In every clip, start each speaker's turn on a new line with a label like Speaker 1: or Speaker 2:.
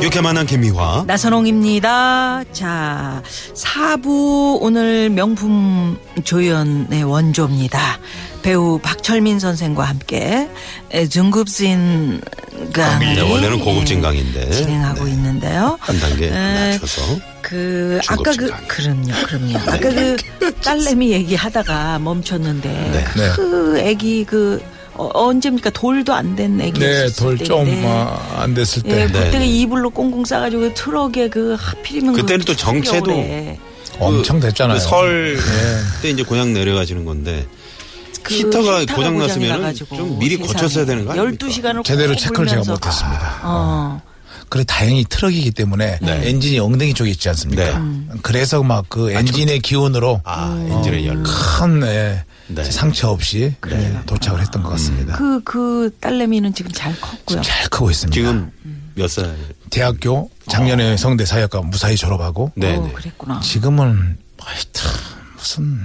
Speaker 1: 이렇게 만난 김미화.
Speaker 2: 나선홍입니다. 자, 사부 오늘 명품 조연의 원조입니다. 배우 박철민 선생과 함께 중급진 강.
Speaker 1: 네, 원래는 고급진 강의인데.
Speaker 2: 예, 진행하고
Speaker 1: 네.
Speaker 2: 있는데요.
Speaker 1: 한 단계
Speaker 2: 에,
Speaker 1: 낮춰서.
Speaker 2: 그 아까
Speaker 1: 중급진 네.
Speaker 2: 그
Speaker 1: 강의.
Speaker 2: 그럼요, 그럼요. 아까 그 딸내미 얘기하다가 멈췄는데
Speaker 1: 네.
Speaker 2: 그 애기 그 어, 언제입니까 돌도 안 된 애기
Speaker 3: 네,
Speaker 2: 있었을
Speaker 3: 돌 좀 아,
Speaker 2: 때인데.
Speaker 3: 안 됐을 때.
Speaker 2: 예, 그때
Speaker 1: 네.
Speaker 2: 가 이불로 꽁꽁 싸가지고 트럭에 그 하필이면 그
Speaker 1: 그때는 또 정체도
Speaker 2: 겨울에
Speaker 3: 엄청 됐잖아요. 예.
Speaker 1: 그 설, 때 이제 고향 내려가시는 건데.
Speaker 2: 그
Speaker 1: 히터가
Speaker 2: 히터가
Speaker 1: 고장
Speaker 2: 고장이
Speaker 1: 났으면
Speaker 2: 나가지고
Speaker 1: 좀 미리
Speaker 2: 세상에
Speaker 1: 고쳤어야 되는 거 아닙니까?
Speaker 2: 12시간을
Speaker 3: 제대로 체크를 제가 못했습니다.
Speaker 2: 어.
Speaker 3: 그래 다행히 트럭이기 때문에 엔진이 엉덩이 쪽에 있지 않습니까?
Speaker 1: 네.
Speaker 3: 그래서 막 그 엔진의 기운으로
Speaker 1: 아,
Speaker 2: 음.
Speaker 1: 엔진의 열.
Speaker 3: 큰 예,
Speaker 1: 네. 음.
Speaker 3: 상처 없이 예, 도착을 했던 것 같습니다.
Speaker 2: 그, 그 딸내미는 지금 잘 컸고요.
Speaker 3: 잘 크고 있습니다.
Speaker 1: 지금 몇 살?
Speaker 3: 대학교 작년에 성대 사역과 무사히 졸업하고
Speaker 1: 네,
Speaker 2: 어,
Speaker 1: 네.
Speaker 2: 그랬구나.
Speaker 3: 지금은 하여튼 무슨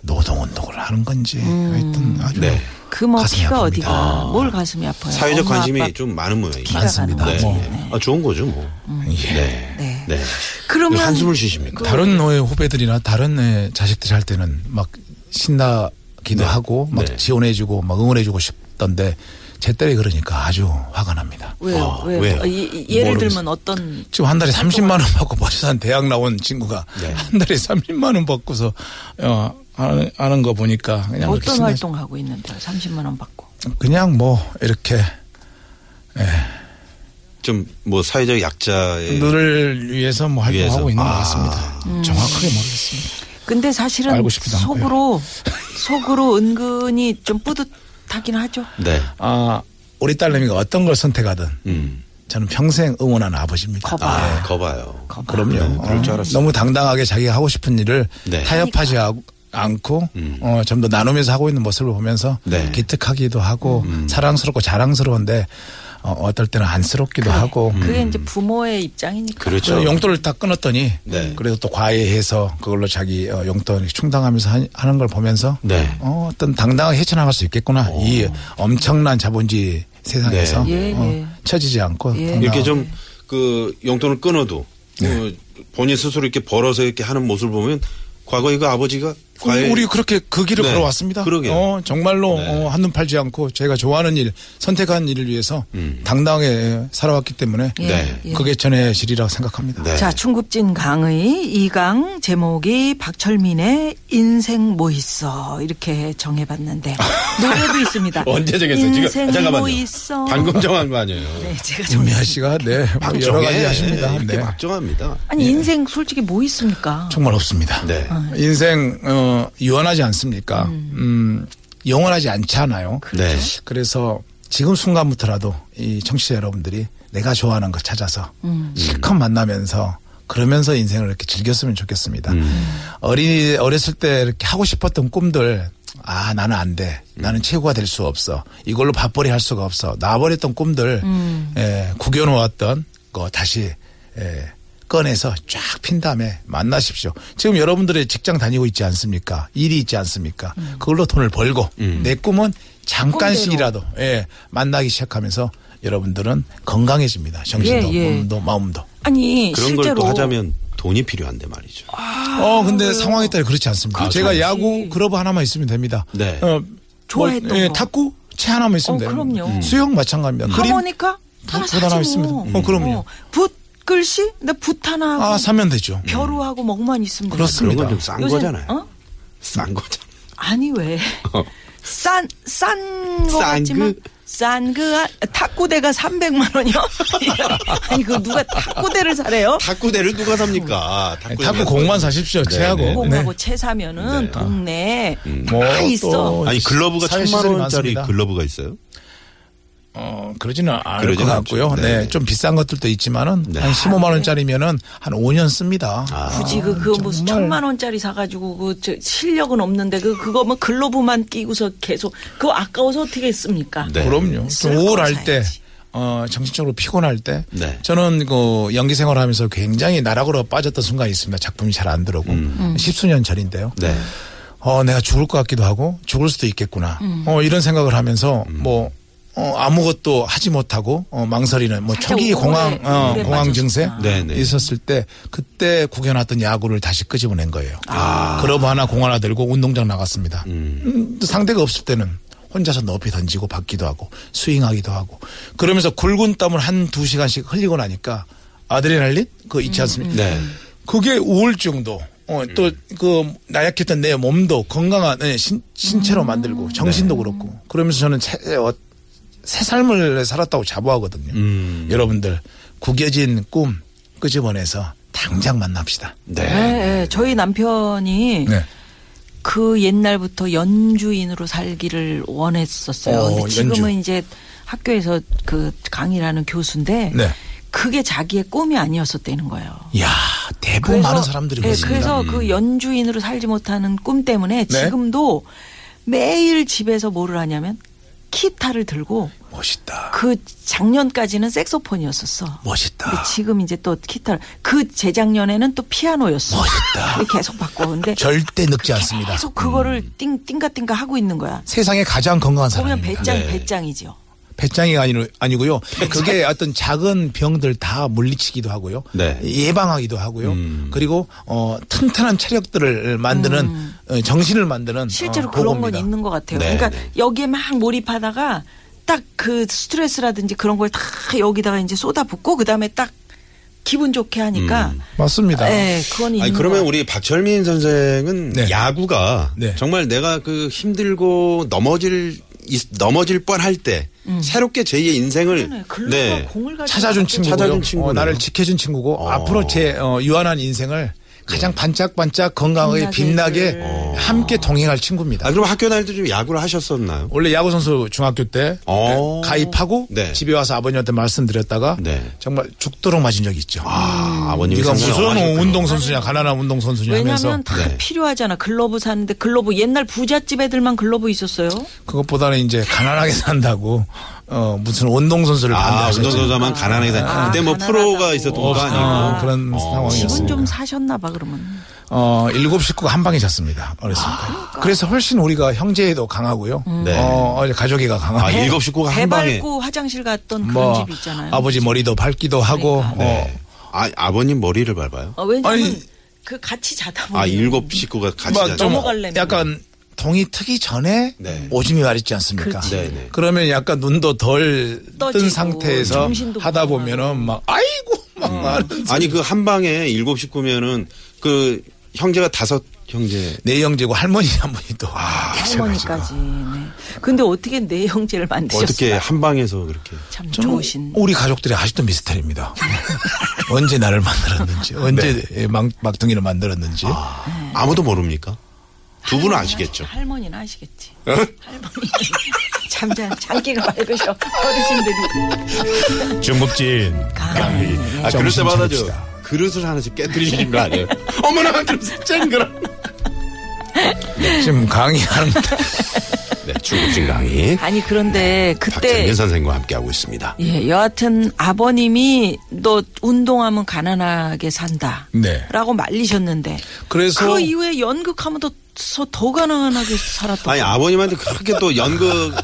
Speaker 3: 노동운동을 하는 건지 하여튼 아주
Speaker 1: 네.
Speaker 2: 그뭐
Speaker 3: 가슴이
Speaker 2: 피가
Speaker 3: 아픕니다.
Speaker 2: 어디가 뭘 가슴이 아파요.
Speaker 1: 사회적
Speaker 2: 엄마,
Speaker 1: 관심이
Speaker 2: 아빠.
Speaker 1: 좀 많은 모양이에요.
Speaker 2: 피가 많습니다.
Speaker 1: 네.
Speaker 3: 가는
Speaker 1: 네. 아, 좋은 거죠, 뭐.
Speaker 3: 예.
Speaker 1: 네.
Speaker 2: 네.
Speaker 1: 네.
Speaker 2: 그러면
Speaker 1: 한숨을 쉬십니까?
Speaker 3: 다른 의 후배들이나 다른 의 자식들이 할 때는 막 신나기도 하고 막
Speaker 1: 네.
Speaker 3: 지원해주고 막 응원해주고 싶던데 제 딸이 그러니까 아주 화가 납니다.
Speaker 2: 왜요?
Speaker 1: 아,
Speaker 2: 왜요?
Speaker 1: 왜요?
Speaker 2: 이- 이- 예를
Speaker 1: 모르겠어요.
Speaker 2: 들면 어떤
Speaker 3: 지금 한 달에 30만 원 받고 버리산 대학 나온 친구가
Speaker 1: 네.
Speaker 3: 한 달에 30만 원 받고서 어, 하는, 하는 거 보니까 그냥 그렇게
Speaker 2: 어떤
Speaker 3: 신나-
Speaker 2: 활동 하고 있는데요? 30만 원 받고.
Speaker 3: 그냥 뭐 이렇게
Speaker 1: 좀 뭐 사회적 약자의
Speaker 3: 음. 너를 위해서 뭐
Speaker 1: 위해서.
Speaker 3: 활동하고 있는
Speaker 1: 아.
Speaker 3: 것 같습니다. 정확하게 모르겠습니다.
Speaker 2: 근데 사실은
Speaker 3: 알고 싶지도 않고요.
Speaker 2: 속으로
Speaker 1: 예.
Speaker 2: 속으로 은근히 좀 뿌듯하긴 하죠.
Speaker 1: 네.
Speaker 3: 아 우리 딸내미가 어떤 걸 선택하든
Speaker 1: 음.
Speaker 3: 저는 평생 응원하는 아버지입니다. 예.
Speaker 2: 거봐.
Speaker 1: 아, 거봐요.
Speaker 3: 그럼요.
Speaker 1: 그럴 줄
Speaker 3: 어,
Speaker 1: 알았어요.
Speaker 3: 너무 당당하게 자기가 하고 싶은 일을
Speaker 1: 네. 음.
Speaker 3: 타협하지 않- 않고 어, 좀 더 나누면서 하고 있는 모습을 보면서
Speaker 1: 네. 음.
Speaker 3: 기특하기도 하고 사랑스럽고 자랑스러운데 어, 어떨 때는 안쓰럽기도 하고
Speaker 2: 그게 이제 부모의 입장이니까.
Speaker 1: 그러니까. 음. 그렇죠.
Speaker 3: 그래서 용돈을 다 끊었더니
Speaker 1: 네.
Speaker 3: 그래서 또 과외해서 그걸로 자기 어, 용돈 충당하면서 하- 하는 걸 보면서
Speaker 1: 네.
Speaker 3: 어, 떤 당당하게 헤쳐나갈 수 있겠구나 이 엄청난 자본주의 세상에서
Speaker 2: 네. 예,
Speaker 3: 어,
Speaker 2: 예.
Speaker 3: 처지지 않고 당당하게.
Speaker 1: 이렇게 좀 그 용돈을 끊어도
Speaker 3: 네.
Speaker 1: 어, 본인 스스로 이렇게 벌어서 이렇게 하는 모습을 보면 과거 이거 아버지가 과외
Speaker 3: 우리 그렇게 그 길을
Speaker 1: 네,
Speaker 3: 걸어왔습니다.
Speaker 1: 그러게요.
Speaker 3: 어, 정말로
Speaker 1: 네.
Speaker 3: 어, 한눈 팔지 않고 제가 좋아하는 일, 선택한 일을 위해서 당당하게 살아왔기 때문에
Speaker 2: 예,
Speaker 1: 음. 네.
Speaker 2: 예.
Speaker 3: 그게 전의 질이라고 생각합니다.
Speaker 1: 네.
Speaker 2: 자, 충급진 강의 이강 제목이 박철민의 인생 뭐 있어 이렇게 정해봤는데 노래도 있습니다.
Speaker 1: 언제 정했어요? 지금
Speaker 2: 인생
Speaker 1: 아, 잠깐만요.
Speaker 2: 뭐 있어.
Speaker 1: 방금 정한 거 아니에요. 그렇죠. 예,
Speaker 2: 네, 제가 정
Speaker 3: 김미아 씨가 네, 뭐 여러 가지 하십니다.
Speaker 1: 이렇게
Speaker 3: 네.
Speaker 1: 막정합니다.
Speaker 2: 아니 인생 솔직히 뭐 있습니까?
Speaker 3: 정말 없습니다.
Speaker 1: 네.
Speaker 3: 인생 어, 유한하지 않습니까? 음, 영원하지 않잖아요.
Speaker 1: 네.
Speaker 3: 그래서 지금 순간부터라도 이 청취자 여러분들이 내가 좋아하는 거 찾아서 실컷 만나면서 그러면서 인생을 이렇게 즐겼으면 좋겠습니다. 어린 어렸을 때 이렇게 하고 싶었던 꿈들 아 나는 안 돼. 나는 최고가 될 수 없어. 이걸로 밥벌이 할 수가 없어. 나버렸던 꿈들 에, 구겨놓았던 거 다시 에, 꺼내서 쫙 핀 다음에 만나십시오. 지금 여러분들의 직장 다니고 있지 않습니까? 일이 있지 않습니까? 그걸로 돈을 벌고 내 꿈은 잠깐씩이라도 예, 만나기 시작하면서 여러분들은 건강해집니다. 정신도
Speaker 2: 예, 예.
Speaker 3: 몸도 마음도.
Speaker 2: 아니
Speaker 1: 그런 걸
Speaker 2: 실제로
Speaker 1: 또 하자면 돈이 필요한데 말이죠.
Speaker 2: 아,
Speaker 3: 어 근데 상황에 따라 그렇지 않습니까? 제가
Speaker 2: 그렇지.
Speaker 3: 야구 글러브 하나만 있으면 됩니다.
Speaker 1: 그렇죠. 네.
Speaker 3: 어,
Speaker 2: 좋아했던
Speaker 1: 뭐,
Speaker 3: 예,
Speaker 2: 거.
Speaker 3: 탁구 채 하나만 있으면
Speaker 2: 어,
Speaker 3: 돼요.
Speaker 2: 그럼요. 음.
Speaker 3: 수영 마찬가지입니다. 그림
Speaker 2: 하모니카 하나
Speaker 3: 붓 하나
Speaker 2: 사지
Speaker 3: 있습니다.
Speaker 2: 뭐.
Speaker 3: 어, 그럼요.
Speaker 2: 붓 글씨 나붓 하나 하고
Speaker 3: 아 사면 되죠.
Speaker 1: 음.
Speaker 2: 벼루하고 먹만 있으면
Speaker 3: 그렇습니다.
Speaker 1: 그런 건 좀 싼
Speaker 2: 그러니까. 요새-
Speaker 1: 거잖아요.
Speaker 2: 어?
Speaker 1: 싼 거잖아요.
Speaker 2: 아니 왜? 싼 싼
Speaker 1: 싼
Speaker 2: 거 같지만
Speaker 1: 그-
Speaker 2: 싼 그 탁구대가 300만 원이요? 아니 그 누가 탁구대를 사래요?
Speaker 1: 탁구대를 누가 삽니까?
Speaker 3: 아니, 예, 탁구 공만 사십시오.
Speaker 1: 네, 네.
Speaker 3: 채하고.
Speaker 2: 공하고 채 사면은
Speaker 1: 네.
Speaker 2: 동네에
Speaker 3: 뭐
Speaker 2: 다 있어.
Speaker 3: 또
Speaker 1: 아니 글러브가
Speaker 3: 사회
Speaker 1: 천만
Speaker 3: 시설이
Speaker 1: 원짜리
Speaker 3: 많습니다.
Speaker 1: 글러브가 있어요?
Speaker 3: 어, 그러지는 않을
Speaker 1: 그러지는
Speaker 3: 것 같고요.
Speaker 1: 않죠.
Speaker 3: 네.
Speaker 1: 네.
Speaker 3: 좀 비싼 것들도 있지만은 한 15만 원짜리면은 한 5년 씁니다.
Speaker 1: 아,
Speaker 2: 굳이 그, 그 무슨 천만 원짜리 사가지고 그 저 실력은 없는데 그 그거 뭐 글로브만 끼고서 계속 그거 아까워서 어떻게 씁니까?
Speaker 1: 네.
Speaker 3: 그럼요. 좀
Speaker 2: 쓸거
Speaker 3: 우울할 때,
Speaker 2: 사야지.
Speaker 3: 어, 정신적으로 피곤할 때,
Speaker 1: 네.
Speaker 3: 저는 그 연기 생활하면서 굉장히 나락으로 빠졌던 순간이 있습니다. 작품이 잘 안 들어오고 음. 십수년 전인데요.
Speaker 1: 음. 네.
Speaker 3: 어, 내가 죽을 것 같기도 하고 죽을 수도 있겠구나.
Speaker 1: 음.
Speaker 3: 어, 이런 생각을 하면서 뭐. 어, 아무것도 하지 못하고 어, 망설이는 뭐
Speaker 2: 살짝
Speaker 3: 초기
Speaker 2: 우울에-
Speaker 3: 공황 어,
Speaker 2: 우울에
Speaker 3: 공황 증세
Speaker 2: 빠졌구나.
Speaker 1: 네네.
Speaker 3: 있었을 때 그때 구겨놨던 야구를 다시 끄집어낸 거예요.
Speaker 1: 아.
Speaker 3: 그러브 하나 공 하나 들고 운동장 나갔습니다. 음, 상대가 없을 때는 혼자서 높이 던지고 받기도 하고 스윙하기도 하고 그러면서 굵은 땀을 한 두 시간씩 흘리고 나니까 아드레날린 그거 있지 않습니까?
Speaker 1: 네. 음.
Speaker 3: 그게 우울증도 어, 또 그 나약했던 내 몸도 건강한 네, 신, 신체로 만들고 정신도 그렇고 그러면서 저는 새, 어, 새 삶을 살았다고 자부하거든요. 여러분들 구겨진 꿈 끄집어내서 당장 만납시다.
Speaker 1: 네.
Speaker 2: 네, 저희 남편이
Speaker 3: 예. 네.
Speaker 2: 그 옛날부터 연주인으로 살기를 원했었어요.
Speaker 3: 어,
Speaker 2: 근데 지금은
Speaker 3: 연주.
Speaker 2: 이제 학교에서 그 강의를 하는 교수인데
Speaker 3: 네.
Speaker 2: 그게 자기의 꿈이 아니었었다는 거예요.
Speaker 3: 야 대부분 많은 사람들이
Speaker 2: 예,
Speaker 3: 그렇습니다. 음.
Speaker 2: 그래서 그 연주인으로 살지 못하는 꿈 때문에
Speaker 3: 네.
Speaker 2: 지금도 매일 집에서 뭐를 하냐면 기타를 들고
Speaker 3: 멋있다.
Speaker 2: 그 작년까지는 색소폰이었었어. 근데
Speaker 3: 멋있다.
Speaker 2: 지금 이제 또 기타를 그 재작년에는 또 피아노였어.
Speaker 3: 멋있다.
Speaker 2: 근데 계속 바꿔. 근데
Speaker 3: 절대 늙지 않습니다.
Speaker 2: 계속 그거를 띵 띵가 띵가 하고 있는 거야.
Speaker 3: 세상에 가장
Speaker 2: 보면
Speaker 3: 건강한 사람입니다.
Speaker 2: 배짱
Speaker 1: 네.
Speaker 2: 배짱이지요.
Speaker 3: 배짱이 아니, 아니고요. 그게 어떤 작은 병들 다 물리치기도 하고요.
Speaker 1: 네.
Speaker 3: 예방하기도 하고요. 그리고 어, 튼튼한 체력들을 만드는 어, 정신을 만드는
Speaker 2: 음. 실제로
Speaker 3: 어,
Speaker 2: 그런 건
Speaker 3: 보고입니다.
Speaker 2: 있는 것 같아요.
Speaker 1: 네,
Speaker 2: 그러니까
Speaker 1: 네.
Speaker 2: 여기에 막 몰입하다가 딱 그 스트레스라든지 그런 걸 다 여기다가 이제 쏟아붓고 그 다음에 딱 기분 좋게 하니까.
Speaker 3: 맞습니다.
Speaker 2: 예, 그건 있는
Speaker 1: 아니
Speaker 2: 것
Speaker 1: 그러면 우리 박철민 선생은
Speaker 3: 네.
Speaker 1: 야구가
Speaker 3: 네.
Speaker 1: 정말 내가 그 힘들고 넘어질 이- 넘어질 뻔할 때 새롭게 제2의 인생을
Speaker 2: 같아요. 음. 네, 글로가
Speaker 1: 네.
Speaker 2: 공을 가지고
Speaker 3: 찾아준 친구고요.
Speaker 1: 찾아준 친구네요.
Speaker 3: 어, 나를 지켜준 친구고
Speaker 1: 어. 예.
Speaker 3: 앞으로 제 어, 유한한 인생을 가장 반짝반짝 건강하게 예.
Speaker 2: 빛나게
Speaker 3: 빛나게 함께 동행할 친구입니다.
Speaker 1: 아 그럼 학교 다닐 때 좀 야구를 하셨었나요?
Speaker 3: 원래 야구 선수 중학교 때그
Speaker 1: 어.
Speaker 3: 가입하고
Speaker 1: 네.
Speaker 3: 집에 와서 아버님한테 말씀드렸다가
Speaker 1: 네.
Speaker 3: 정말 죽도록 맞은 적이 있죠.
Speaker 1: 아, 아버님이
Speaker 3: 네가
Speaker 1: 상당히
Speaker 3: 무슨
Speaker 1: 엄하셨구나.
Speaker 3: 운동 선수냐, 가난한 운동 선수냐 하면서
Speaker 2: 왜냐하면 다
Speaker 1: 네.
Speaker 2: 필요하잖아. 글러브 사는데 글러브 옛날 부잣집 애들만 글러브 있었어요.
Speaker 3: 그것보다는 이제 가난하게 산다고 어 무슨 운동 선수를
Speaker 1: 아,
Speaker 3: 반대하셨죠.
Speaker 1: 운동선수만 가난하게 다.
Speaker 2: 아,
Speaker 1: 그때 뭐
Speaker 2: 가난하다고.
Speaker 1: 프로가 있었던 거
Speaker 3: 어,
Speaker 1: 아니고.
Speaker 3: 그런
Speaker 2: 집은
Speaker 3: 상황이었어요.
Speaker 2: 좀 사셨나 봐 그러면.
Speaker 3: 어 일곱 식구가 한 방에 잤습니다. 어렸을 때.
Speaker 2: 그러니까.
Speaker 3: 그래서 훨씬 우리가 형제에도 강하고요.
Speaker 2: 음.
Speaker 1: 네.
Speaker 3: 어 가족이가 강하고.
Speaker 1: 아, 일곱 식구가
Speaker 2: 배
Speaker 1: 한 방에.
Speaker 2: 밟고 화장실 갔던 그런
Speaker 3: 뭐
Speaker 2: 집 있잖아요. 그러니까.
Speaker 3: 아버지 머리도 밟기도 하고. 어,
Speaker 1: 네. 아, 아버님 머리를 밟아요?
Speaker 2: 어, 왜냐면
Speaker 3: 아니.
Speaker 2: 그 같이 자다 보면
Speaker 1: 아, 일곱 식구가 같이
Speaker 3: 막
Speaker 1: 자죠.
Speaker 3: 좀
Speaker 2: 넘어가려면.
Speaker 3: 약간 동이 트기 전에
Speaker 1: 네.
Speaker 3: 오줌이 마렵지 않습니까?
Speaker 2: 그렇지.
Speaker 1: 네, 네.
Speaker 3: 그러면 약간 눈도 덜 뜬
Speaker 2: 떠지고
Speaker 3: 상태에서
Speaker 2: 정신도
Speaker 3: 하다
Speaker 2: 불안하고.
Speaker 3: 보면은 막 아이고 막 하는
Speaker 1: 아니, 그 한 방에 일곱 식구면은 그 형제가 다섯 형제.
Speaker 3: 네 형제고 할머니 한 분이
Speaker 1: 아,
Speaker 3: 또 계셔가지고.
Speaker 2: 할머니까지. 네. 근데 어떻게 내 형제를 만드셨어요?
Speaker 1: 뭐 어떻게 한 방에서 그렇게.
Speaker 2: 참
Speaker 3: 저는
Speaker 2: 좋으신.
Speaker 3: 우리 가족들이 아직도 미스터리입니다. 언제 나를 만들었는지, 언제 막, 막둥이를 만들었는지.
Speaker 1: 네. 아무도 모릅니까? 두 분은
Speaker 2: 할머니
Speaker 1: 아시겠죠?
Speaker 2: 네.
Speaker 1: 어?
Speaker 2: 아시- 할머니는 아시겠지. 할머니. 잠자 장기가 맑으셔 어르신들이.
Speaker 3: 중급진
Speaker 2: 강의.
Speaker 1: 아, 그럴
Speaker 3: 정신
Speaker 1: 때마다 저
Speaker 3: 차립시다.
Speaker 1: 그릇을 하나씩 깨뜨리시는 거 아니에요? 어머나, 그릇을 쨍그라.
Speaker 3: 지금 강의하는
Speaker 1: 네, 중국진 강의.
Speaker 2: 아니 그런데 그때
Speaker 1: 박정민 선생과 함께하고 있습니다.
Speaker 2: 예, 여하튼 아버님이 너 운동하면 가난하게 산다.
Speaker 3: 네.
Speaker 2: 라고 말리셨는데
Speaker 3: 그래서
Speaker 2: 그 이후에 연극하면 더더 더 가난하게 살았다.
Speaker 1: 아니 아버님한테 그렇게 또 연극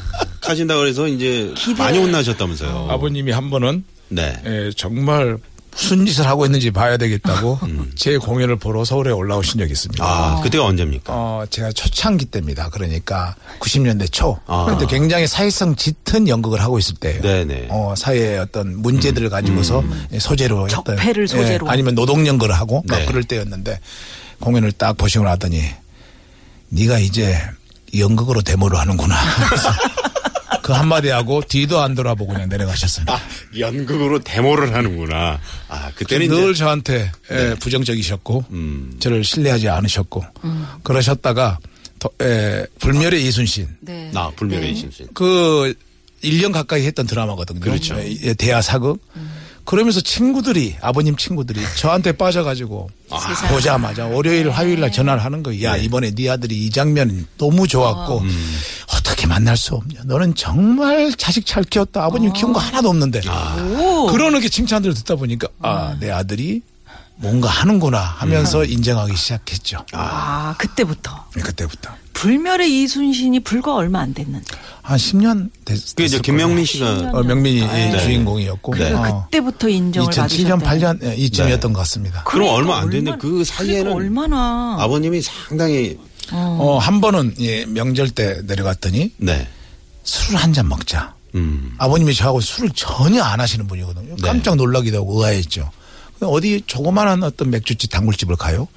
Speaker 1: 하신다 그래서 이제 많이 혼나셨다면서요.
Speaker 3: 아버님이 한 번은
Speaker 1: 네.
Speaker 3: 에, 정말 무슨 짓을 하고 있는지 봐야 되겠다고 제 공연을 보러 서울에 올라오신 적이 있습니다.
Speaker 1: 아 그때가 언제입니까?
Speaker 3: 어, 제가 초창기 때입니다. 그러니까 90년대 초.
Speaker 1: 아.
Speaker 3: 그때 굉장히 사회성 짙은 연극을 하고 있을 때예요.
Speaker 1: 네네. 음.
Speaker 3: 어, 사회의 어떤 문제들을 가지고서 소재로 했던-
Speaker 2: 적폐를 소재로.
Speaker 3: 예, 아니면 노동 연극을 하고
Speaker 1: 네.
Speaker 3: 막 그럴 때였는데 공연을 딱 보시고 나더니 네가 이제 연극으로 데모를 하는구나. 그 한마디 하고 뒤도 안 돌아보고 그냥 내려가셨어요.
Speaker 1: 아, 연극으로 데모를 하는구나. 아, 그때는
Speaker 3: 늘
Speaker 1: 이제 네. 음.
Speaker 3: 저한테 예, 부정적이셨고 저를 신뢰하지 않으셨고 그러셨다가 더- 예, 불멸의 이순신
Speaker 2: 네.
Speaker 1: 나 아, 불멸의 신신.
Speaker 3: 그 1년 가까이 했던 드라마거든요. 그렇죠. 대하 사극. 그러면서 친구들이 아버님 친구들이 저한테 빠져가지고
Speaker 1: 아.
Speaker 3: 보자마자 월요일 화요일 날 전화를 하는 거예요. 야 이번에 네 아들이 이 장면 너무 좋았고
Speaker 1: 음.
Speaker 3: 어. 떻게 만날 수 없냐. 너는 정말 자식 잘 키웠다. 아버님 키운 거 하나도 없는데
Speaker 1: 아.
Speaker 3: 그러는 게 칭찬들을 듣다 보니까 아 내 아들이 뭔가 하는구나 하면서
Speaker 1: 음.
Speaker 3: 인정하기 시작했죠.
Speaker 2: 아, 그때부터.
Speaker 3: 네, 그때부터
Speaker 2: 불멸의 이순신이 불과 얼마 안 됐는데.
Speaker 3: 한 10년 됐.
Speaker 1: 그게 이제
Speaker 3: 됐을
Speaker 1: 김명민
Speaker 3: 거예요.
Speaker 1: 씨가
Speaker 3: 어, 명민이 예, 주인공이었고
Speaker 2: 그러니까
Speaker 3: 어.
Speaker 2: 아, 네. 그때부터 인정을 네.
Speaker 3: 2007년
Speaker 2: 받으셨다.
Speaker 3: 8년 예, 이쯤이었던 것 같습니다.
Speaker 1: 그럼 얼마 안 됐는데 그 사이에는
Speaker 2: 얼마나
Speaker 1: 아버님이 상당히
Speaker 3: 어, 한 번은 예, 명절 때 내려갔더니
Speaker 1: 네.
Speaker 3: 술을 한 잔 먹자.
Speaker 1: 음.
Speaker 3: 아버님이 저하고 술을 전혀 안 하시는 분이거든요. 깜짝 놀라기도 하고 의아했죠. 근데 어디 조그만한 어떤 맥주집 단골집을 가요.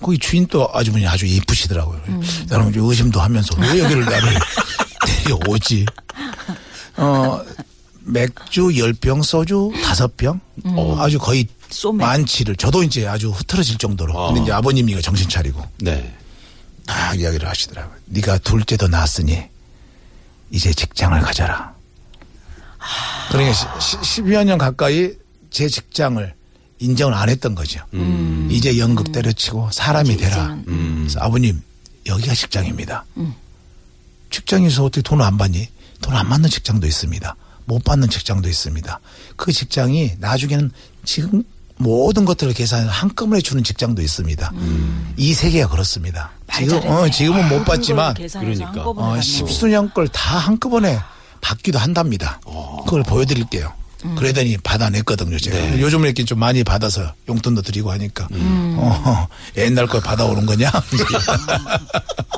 Speaker 3: 거기 주인 또 아주머니 아주 이쁘시더라고요.
Speaker 2: 음.
Speaker 3: 나는 이제 의심도 하면서 왜 여기를 나를 데려오지? 어, 맥주 10병, 소주 5병? 어, 아주 거의
Speaker 2: 음. 소맥.
Speaker 3: 만취를. 저도 이제 아주 흐트러질 정도로. 근데 이제 아버님이 이거 정신 차리고.
Speaker 1: 네.
Speaker 3: 딱 이야기를 하시더라고요. 네가 둘째도 낳았으니 이제 직장을 가져라. 그러니까 시, 10여 년 가까이 제 직장을 인정을 안 했던 거죠. 이제 연극 때려치고 사람이 되라. 음. 그래서 아버님 여기가 직장입니다. 직장에서 어떻게 돈을 안 받니? 돈 안 받는 직장도 있습니다. 못 받는 직장도 있습니다. 그 직장이 나중에는 지금 모든 것들을 계산해서 한꺼번에 주는 직장도 있습니다. 이 세계가 그렇습니다. 지금, 어, 지금은 못 받지만
Speaker 2: 그러니까
Speaker 3: 어, 십수년 걸 다 한꺼번에 받기도 한답니다. 그걸 보여드릴게요. 그러더니 받아냈거든요, 제가. 요즘 이렇게 좀 많이 받아서 용돈도 드리고 하니까, 어, 옛날 걸 받아오는 거냐?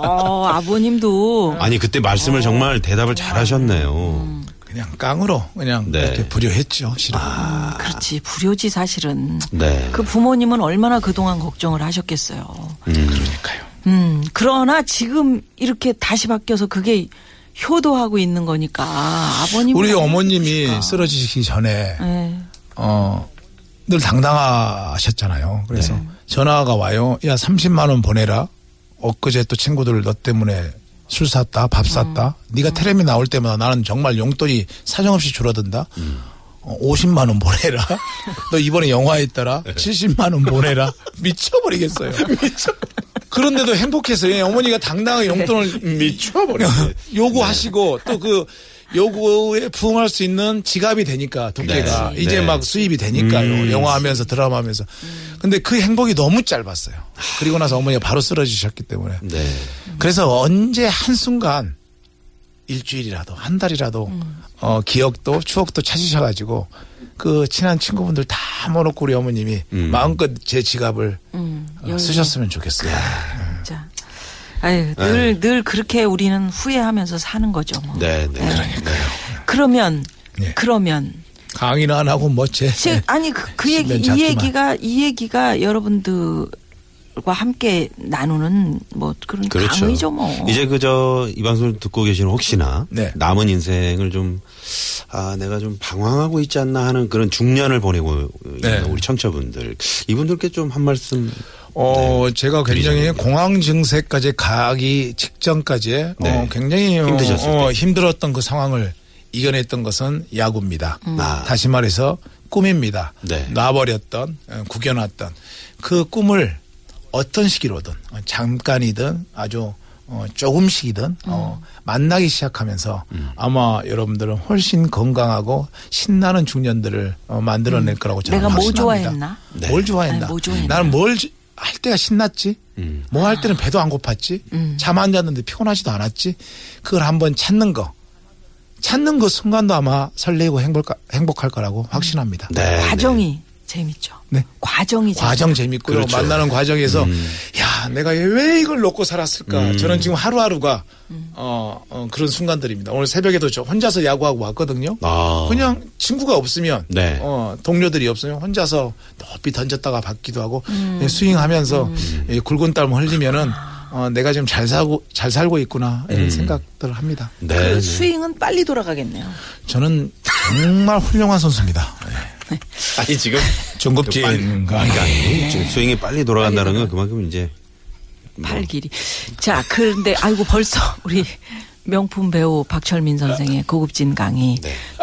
Speaker 2: 어, 아버님도
Speaker 1: 아니 그때 말씀을 정말 대답을 잘하셨네요.
Speaker 3: 그냥 깡으로 그냥
Speaker 1: 네.
Speaker 3: 이렇게 불효했죠, 실은. 아.
Speaker 2: 그렇지 불효지 사실은
Speaker 1: 네.
Speaker 2: 그 부모님은 얼마나 그동안 걱정을 하셨겠어요.
Speaker 3: 그러니까요.
Speaker 2: 음 그러나 지금 이렇게 다시 바뀌어서 그게 효도하고 있는 거니까 아버님
Speaker 3: 우리 어머님이 쓰러지시기 전에
Speaker 2: 네.
Speaker 3: 어, 늘 당당하셨잖아요. 그래서 전화가 와요. 야, 30만 원 보내라. 엊그제 또 친구들 너 때문에 술 샀다, 밥 샀다. 네가 테레미 나올 때마다 나는 정말 용돈이 사정없이 줄어든다. 어, 50만 원 보내라. 너 이번에 영화 했더라. 70만 원 보내라. 미쳐버리겠어요. 네. 미쳐. 그런데도 행복해서 예, 어머니가 당당하게 용돈을 음, 미쳐버려 요구하시고 또 그 요구에 부응할 수 있는 지갑이 되니까 두께가
Speaker 1: 네.
Speaker 3: 이제
Speaker 1: 네.
Speaker 3: 막 수입이 되니까요. 영화하면서 드라마하면서. 근데 그 행복이 너무 짧았어요. 그리고 나서 어머니가 바로 쓰러지셨기 때문에.
Speaker 1: 네.
Speaker 3: 그래서 언제 한순간 일주일이라도 한 달이라도 어, 기억도 추억도 찾으셔가지고 그 친한 친구분들 다 모놓고 우리 어머님이 마음껏 제 지갑을 어, 쓰셨으면 좋겠어요.
Speaker 2: 진짜 아유 늘늘 그렇게 우리는 후회하면서 사는 거죠. 뭐.
Speaker 1: 네, 네. 그러니까요.
Speaker 2: 그러면
Speaker 3: 예.
Speaker 2: 그러면
Speaker 3: 강의는 안 하고 뭐제
Speaker 1: 네.
Speaker 2: 제, 아니 그, 그 얘기
Speaker 3: 신변
Speaker 2: 이
Speaker 3: 잡기만.
Speaker 2: 얘기가 이 얘기가 여러분들과 함께 나누는 뭐 그런
Speaker 1: 그렇죠.
Speaker 2: 강의죠 뭐.
Speaker 1: 이제 그저 이 방송을 듣고 계시는 혹시나
Speaker 3: 네.
Speaker 1: 남은 인생을 좀 아, 내가 좀 방황하고 있지 않나 하는 그런 중년을 보내고
Speaker 3: 네.
Speaker 1: 있는 우리 청취자분들 이분들께 좀 한 말씀
Speaker 3: 어,
Speaker 1: 네.
Speaker 3: 제가 굉장히
Speaker 1: 드리자면.
Speaker 3: 공황 증세까지 가기 직전까지 어,
Speaker 1: 네.
Speaker 3: 굉장히 어,
Speaker 1: 힘드셨을
Speaker 3: 어,
Speaker 1: 때.
Speaker 3: 힘들었던 그 상황을 이겨냈던 것은 야구입니다.
Speaker 2: 음.
Speaker 1: 아.
Speaker 3: 다시 말해서 꿈입니다.
Speaker 1: 네.
Speaker 3: 놔버렸던 어, 구겨놨던 그 꿈을 어떤 시기로든 어, 잠깐이든 아주 어, 조금씩이든 어,
Speaker 2: 음.
Speaker 3: 만나기 시작하면서
Speaker 1: 음.
Speaker 3: 아마 여러분들은 훨씬 건강하고 신나는 중년들을 어, 만들어낼 거라고 저는
Speaker 2: 내가 뭐
Speaker 3: 확신합니다.
Speaker 2: 좋아했나?
Speaker 1: 네.
Speaker 3: 뭘 좋아했나?
Speaker 2: 아니, 뭐 좋아했나?
Speaker 3: 나는 뭘 할 때가 신났지?
Speaker 1: 음.
Speaker 3: 뭐 할 때는 배도 안 고팠지?
Speaker 2: 음.
Speaker 3: 잠 안 잤는데 피곤하지도 않았지? 그걸 한번 찾는 거. 찾는 그 순간도 아마 설레고 행복, 행복할 거라고 확신합니다.
Speaker 1: 네.
Speaker 2: 과정이 재밌죠.
Speaker 3: 네.
Speaker 2: 과정이
Speaker 3: 과정 재밌고요.
Speaker 1: 그렇죠. 음.
Speaker 3: 만나는 과정에서 야 내가 왜 이걸 놓고 살았을까. 저는 지금 하루하루가
Speaker 2: 음.
Speaker 3: 어, 어, 그런 순간들입니다. 오늘 새벽에도 저 혼자서 야구하고 왔거든요.
Speaker 1: 아.
Speaker 3: 그냥 친구가 없으면
Speaker 1: 네.
Speaker 3: 어, 동료들이 없으면 음. 예,
Speaker 1: 음.
Speaker 3: 혼자서 높이 던졌다가 받기도 하고 스윙하면서 이 굵은 예, 땀 흘리면은 어, 내가 지금 잘 살고 잘 살고 있구나
Speaker 1: 음.
Speaker 3: 이런 생각들을 합니다.
Speaker 1: 네.
Speaker 2: 그
Speaker 1: 네.
Speaker 2: 스윙은 빨리 돌아가겠네요.
Speaker 3: 저는 정말 훌륭한 선수입니다.
Speaker 1: 네. 아니 지금
Speaker 3: 정급진
Speaker 1: 그러니까
Speaker 2: 네.
Speaker 1: 지금 스윙이 빨리 돌아간다는 건 그만큼 이제 네.
Speaker 2: 팔 길이. 자, 그런데 아이고 벌써 우리 명품 배우 박철민 선생의 고급진 강의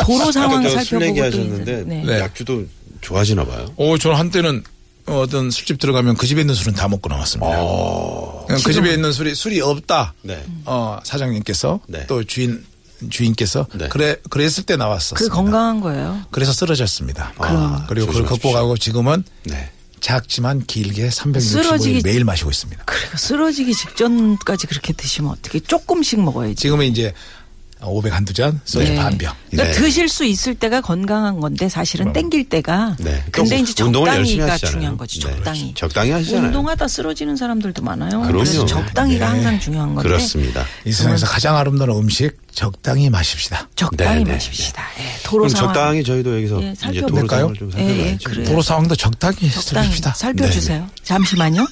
Speaker 2: 도로 상황
Speaker 1: 네. 아까 술
Speaker 2: 살펴보고 또
Speaker 1: 얘기하셨는데
Speaker 2: 있는. 네.
Speaker 3: 네.
Speaker 1: 약주도 좋아하시나 봐요.
Speaker 3: 오, 저는 한때는 어떤 술집 들어가면 그 집에 있는 술은 다 먹고 나왔습니다. 그냥 그 집에 있는 술이 술이 없다.
Speaker 1: 어, 네.
Speaker 2: 음.
Speaker 3: 어, 사장님께서
Speaker 1: 네.
Speaker 3: 또 주인 주인께서
Speaker 1: 네.
Speaker 3: 그래 그랬을 때
Speaker 2: 그
Speaker 3: 나왔었어요.
Speaker 2: 건강한 거예요.
Speaker 3: 그래서
Speaker 2: 아,
Speaker 3: 쓰러졌습니다. 아,
Speaker 1: 그럼.
Speaker 3: 그리고 그걸
Speaker 1: 조심하십시오.
Speaker 3: 극복하고 지금은
Speaker 1: 네.
Speaker 3: 작지만 길게 365일
Speaker 2: 쓰러지기-
Speaker 3: 매일 마시고 있습니다.
Speaker 2: 그리고 쓰러지기 직전까지 그렇게 드시면 어떻게 조금씩 먹어야지.
Speaker 3: 지금은 이제 500 한두 잔, 소주
Speaker 2: 네.
Speaker 3: 반 병.
Speaker 2: 그러니까
Speaker 1: 네.
Speaker 2: 드실 수 있을 때가 건강한 건데 사실은 땡길 때가.
Speaker 1: 네.
Speaker 2: 근데 이제
Speaker 1: 운동을 열심히
Speaker 2: 적당히가
Speaker 1: 하시잖아요.
Speaker 2: 중요한 거지.
Speaker 1: 네.
Speaker 2: 적당히.
Speaker 1: 적당히 하시잖아요.
Speaker 2: 운동하다 쓰러지는 사람들도 많아요.
Speaker 1: 그럼요.
Speaker 2: 래서 적당히가
Speaker 3: 네.
Speaker 2: 항상 중요한 건데.
Speaker 1: 그렇습니다.
Speaker 3: 이 세상에서 가장 아름다운 음식 적당히 마십시다.
Speaker 2: 적당히
Speaker 1: 네, 네,
Speaker 2: 마십시다. 예, 도로
Speaker 1: 그럼
Speaker 2: 상황.
Speaker 1: 적당히 저희도 여기서
Speaker 2: 예,
Speaker 1: 이제
Speaker 2: 살펴볼까요?
Speaker 1: 도로 상황을 좀
Speaker 2: 예, 예,
Speaker 1: 살펴봐야죠.
Speaker 2: 그래요.
Speaker 3: 도로 상황도 적당히
Speaker 2: 적당히
Speaker 3: 살펴줍시다.
Speaker 2: 살펴주세요.
Speaker 1: 네,
Speaker 2: 잠시만요.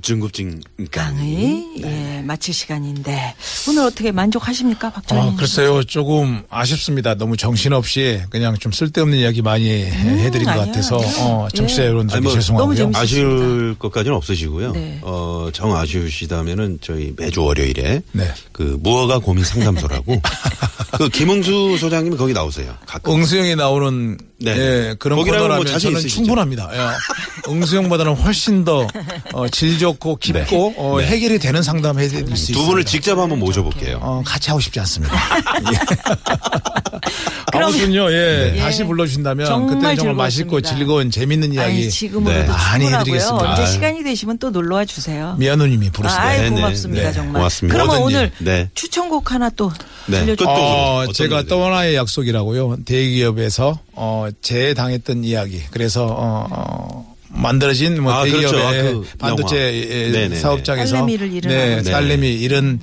Speaker 1: 중급진 강의.
Speaker 2: 강의
Speaker 1: 네.
Speaker 2: 예, 마칠 시간인데 오늘 어떻게 만족하십니까, 박정희?
Speaker 3: 아, 글쎄요. 조금 아쉽습니다. 너무 정신없이 그냥 좀 쓸데없는 이야기 많이 해- 해드린
Speaker 2: 음,
Speaker 3: 것
Speaker 2: 아니에요,
Speaker 3: 같아서
Speaker 2: 아니에요.
Speaker 3: 어, 청취자
Speaker 2: 예.
Speaker 3: 여러분들
Speaker 1: 아니, 뭐
Speaker 2: 너무
Speaker 3: 죄송하고요.
Speaker 2: 재밌었습니다.
Speaker 1: 아쉬울 것까지는 없으시고요.
Speaker 2: 네.
Speaker 1: 어, 정 아쉬우시다면은 저희 매주 월요일에
Speaker 3: 네.
Speaker 1: 그 무허가 고민 상담소라고 그 김웅수 소장님이 거기 나오세요. 가끔.
Speaker 3: 응수형이 나오는
Speaker 1: 네.
Speaker 3: 예, 그런
Speaker 1: 거기라면
Speaker 3: 코너라면
Speaker 1: 뭐 자신
Speaker 3: 저는
Speaker 1: 있으시죠?
Speaker 3: 충분합니다. 예. 응수형보다는 훨씬 더 어, 질 좋고
Speaker 2: 네.
Speaker 3: 깊고 어, 해결이 되는 상담 해드릴 수 있습니다.
Speaker 1: 두 분을 직접
Speaker 2: 네,
Speaker 1: 한번 모셔볼게요.
Speaker 3: 어, 같이 하고 싶지 않습니다. 예.
Speaker 2: 그럼-
Speaker 3: 아무튼요, 예.
Speaker 2: 예.
Speaker 3: 다시 불러주신다면
Speaker 2: 정말
Speaker 3: 그때는 정말
Speaker 2: 즐거웠습니다.
Speaker 3: 맛있고 즐거운 재밌는 이야기
Speaker 2: 아니,
Speaker 1: 네.
Speaker 2: 지금으로도
Speaker 3: 많이
Speaker 2: 충분하고요.
Speaker 3: 해드리겠습니다.
Speaker 2: 언제
Speaker 1: 아유.
Speaker 2: 시간이 되시면 또 놀러 와 주세요.
Speaker 3: 미아누님이 부르시네요.
Speaker 2: 아이,
Speaker 1: 네, 네,
Speaker 2: 고맙습니다
Speaker 3: 네.
Speaker 2: 정말.
Speaker 1: 고맙습니다.
Speaker 2: 그러면
Speaker 3: 뭐든지.
Speaker 2: 오늘
Speaker 1: 네.
Speaker 2: 추천곡 하나 또
Speaker 1: 네.
Speaker 2: 들려주세요.
Speaker 1: 끝-
Speaker 3: 어,
Speaker 1: 어떤
Speaker 3: 제가
Speaker 1: 노래들이요?
Speaker 3: 떠나의 약속이라고요. 대기업에서 어, 재당했던 이야기. 그래서 어, 어, 만들어진 뭐
Speaker 1: 아,
Speaker 3: 대기업의
Speaker 1: 그렇죠. 아, 그 영화.
Speaker 3: 반도체 예,
Speaker 1: 네네네.
Speaker 3: 사업장에서
Speaker 2: 딸내미를 잃은
Speaker 3: 네,
Speaker 2: 아버지.
Speaker 3: 딸내미 잃은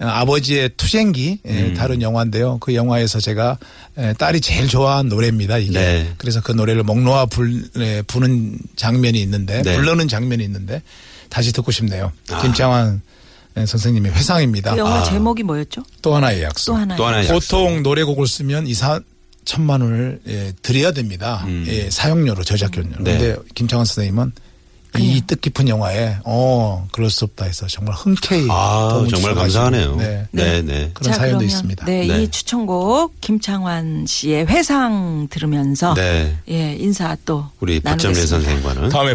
Speaker 3: 아버지의 투쟁기 예,
Speaker 1: 음.
Speaker 3: 다른 영화인데요. 그 영화에서 제가 예, 딸이 제일 좋아하는 노래입니다. 이게
Speaker 1: 네.
Speaker 3: 그래서 그 노래를 목놓아 불, 예, 부는 장면이 있는데
Speaker 1: 네. 아.
Speaker 3: 불러는 장면이 있는데 다시 듣고 싶네요. 김창완 예, 선생님의 회상입니다.
Speaker 2: 그 영화 제목이 뭐였죠?
Speaker 3: 또 하나의 약속.
Speaker 2: 또 하나.
Speaker 1: 또 하나의 약속.
Speaker 3: 보통 노래곡을 쓰면 이사 천만 원을 예, 드려야 됩니다. 예, 사용료로 저작권료로.
Speaker 1: 음. 네.
Speaker 3: 근데 김창완 선생님은 이 뜻깊은 영화에 어 그럴 수 없다 해서 정말 흔쾌히
Speaker 1: 아,
Speaker 3: 도움을
Speaker 1: 정말
Speaker 3: 주셔가지고.
Speaker 1: 감사하네요.
Speaker 3: 네.
Speaker 1: 네, 네.
Speaker 3: 그런
Speaker 2: 자,
Speaker 3: 사연도
Speaker 2: 그러면,
Speaker 3: 있습니다.
Speaker 2: 네,
Speaker 1: 네.
Speaker 2: 이 추천곡 김창완 씨의 회상 들으면서
Speaker 1: 네.
Speaker 2: 예 인사 또
Speaker 1: 우리 박정래
Speaker 2: 아, 나누겠습니다.
Speaker 1: 선생과는
Speaker 3: 다음에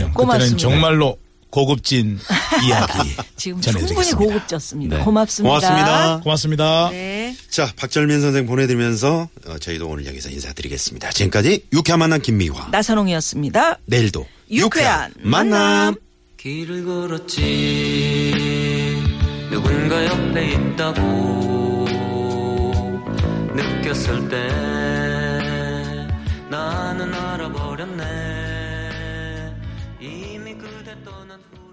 Speaker 1: 네네.
Speaker 3: 그때는
Speaker 2: 고맙습니다.
Speaker 3: 정말로 고급진 이야기
Speaker 2: 지금 충분히
Speaker 3: 전해드리겠습니다.
Speaker 2: 고급졌습니다.
Speaker 1: 네.
Speaker 2: 고맙습니다.
Speaker 1: 고맙습니다.
Speaker 3: 고맙습니다.
Speaker 2: 네.
Speaker 1: 자, 박절민 선생 보내드리면서 어, 저희도 오늘 여기서 인사드리겠습니다. 지금까지 유쾌한 만남 김미화.
Speaker 2: 나선홍이었습니다.
Speaker 1: 내일도
Speaker 2: 유쾌한 만남.
Speaker 4: 길을 걸었지 누군가 옆에 있다고 느꼈을 때 나는 알아버렸네 이미 그대 떠난 후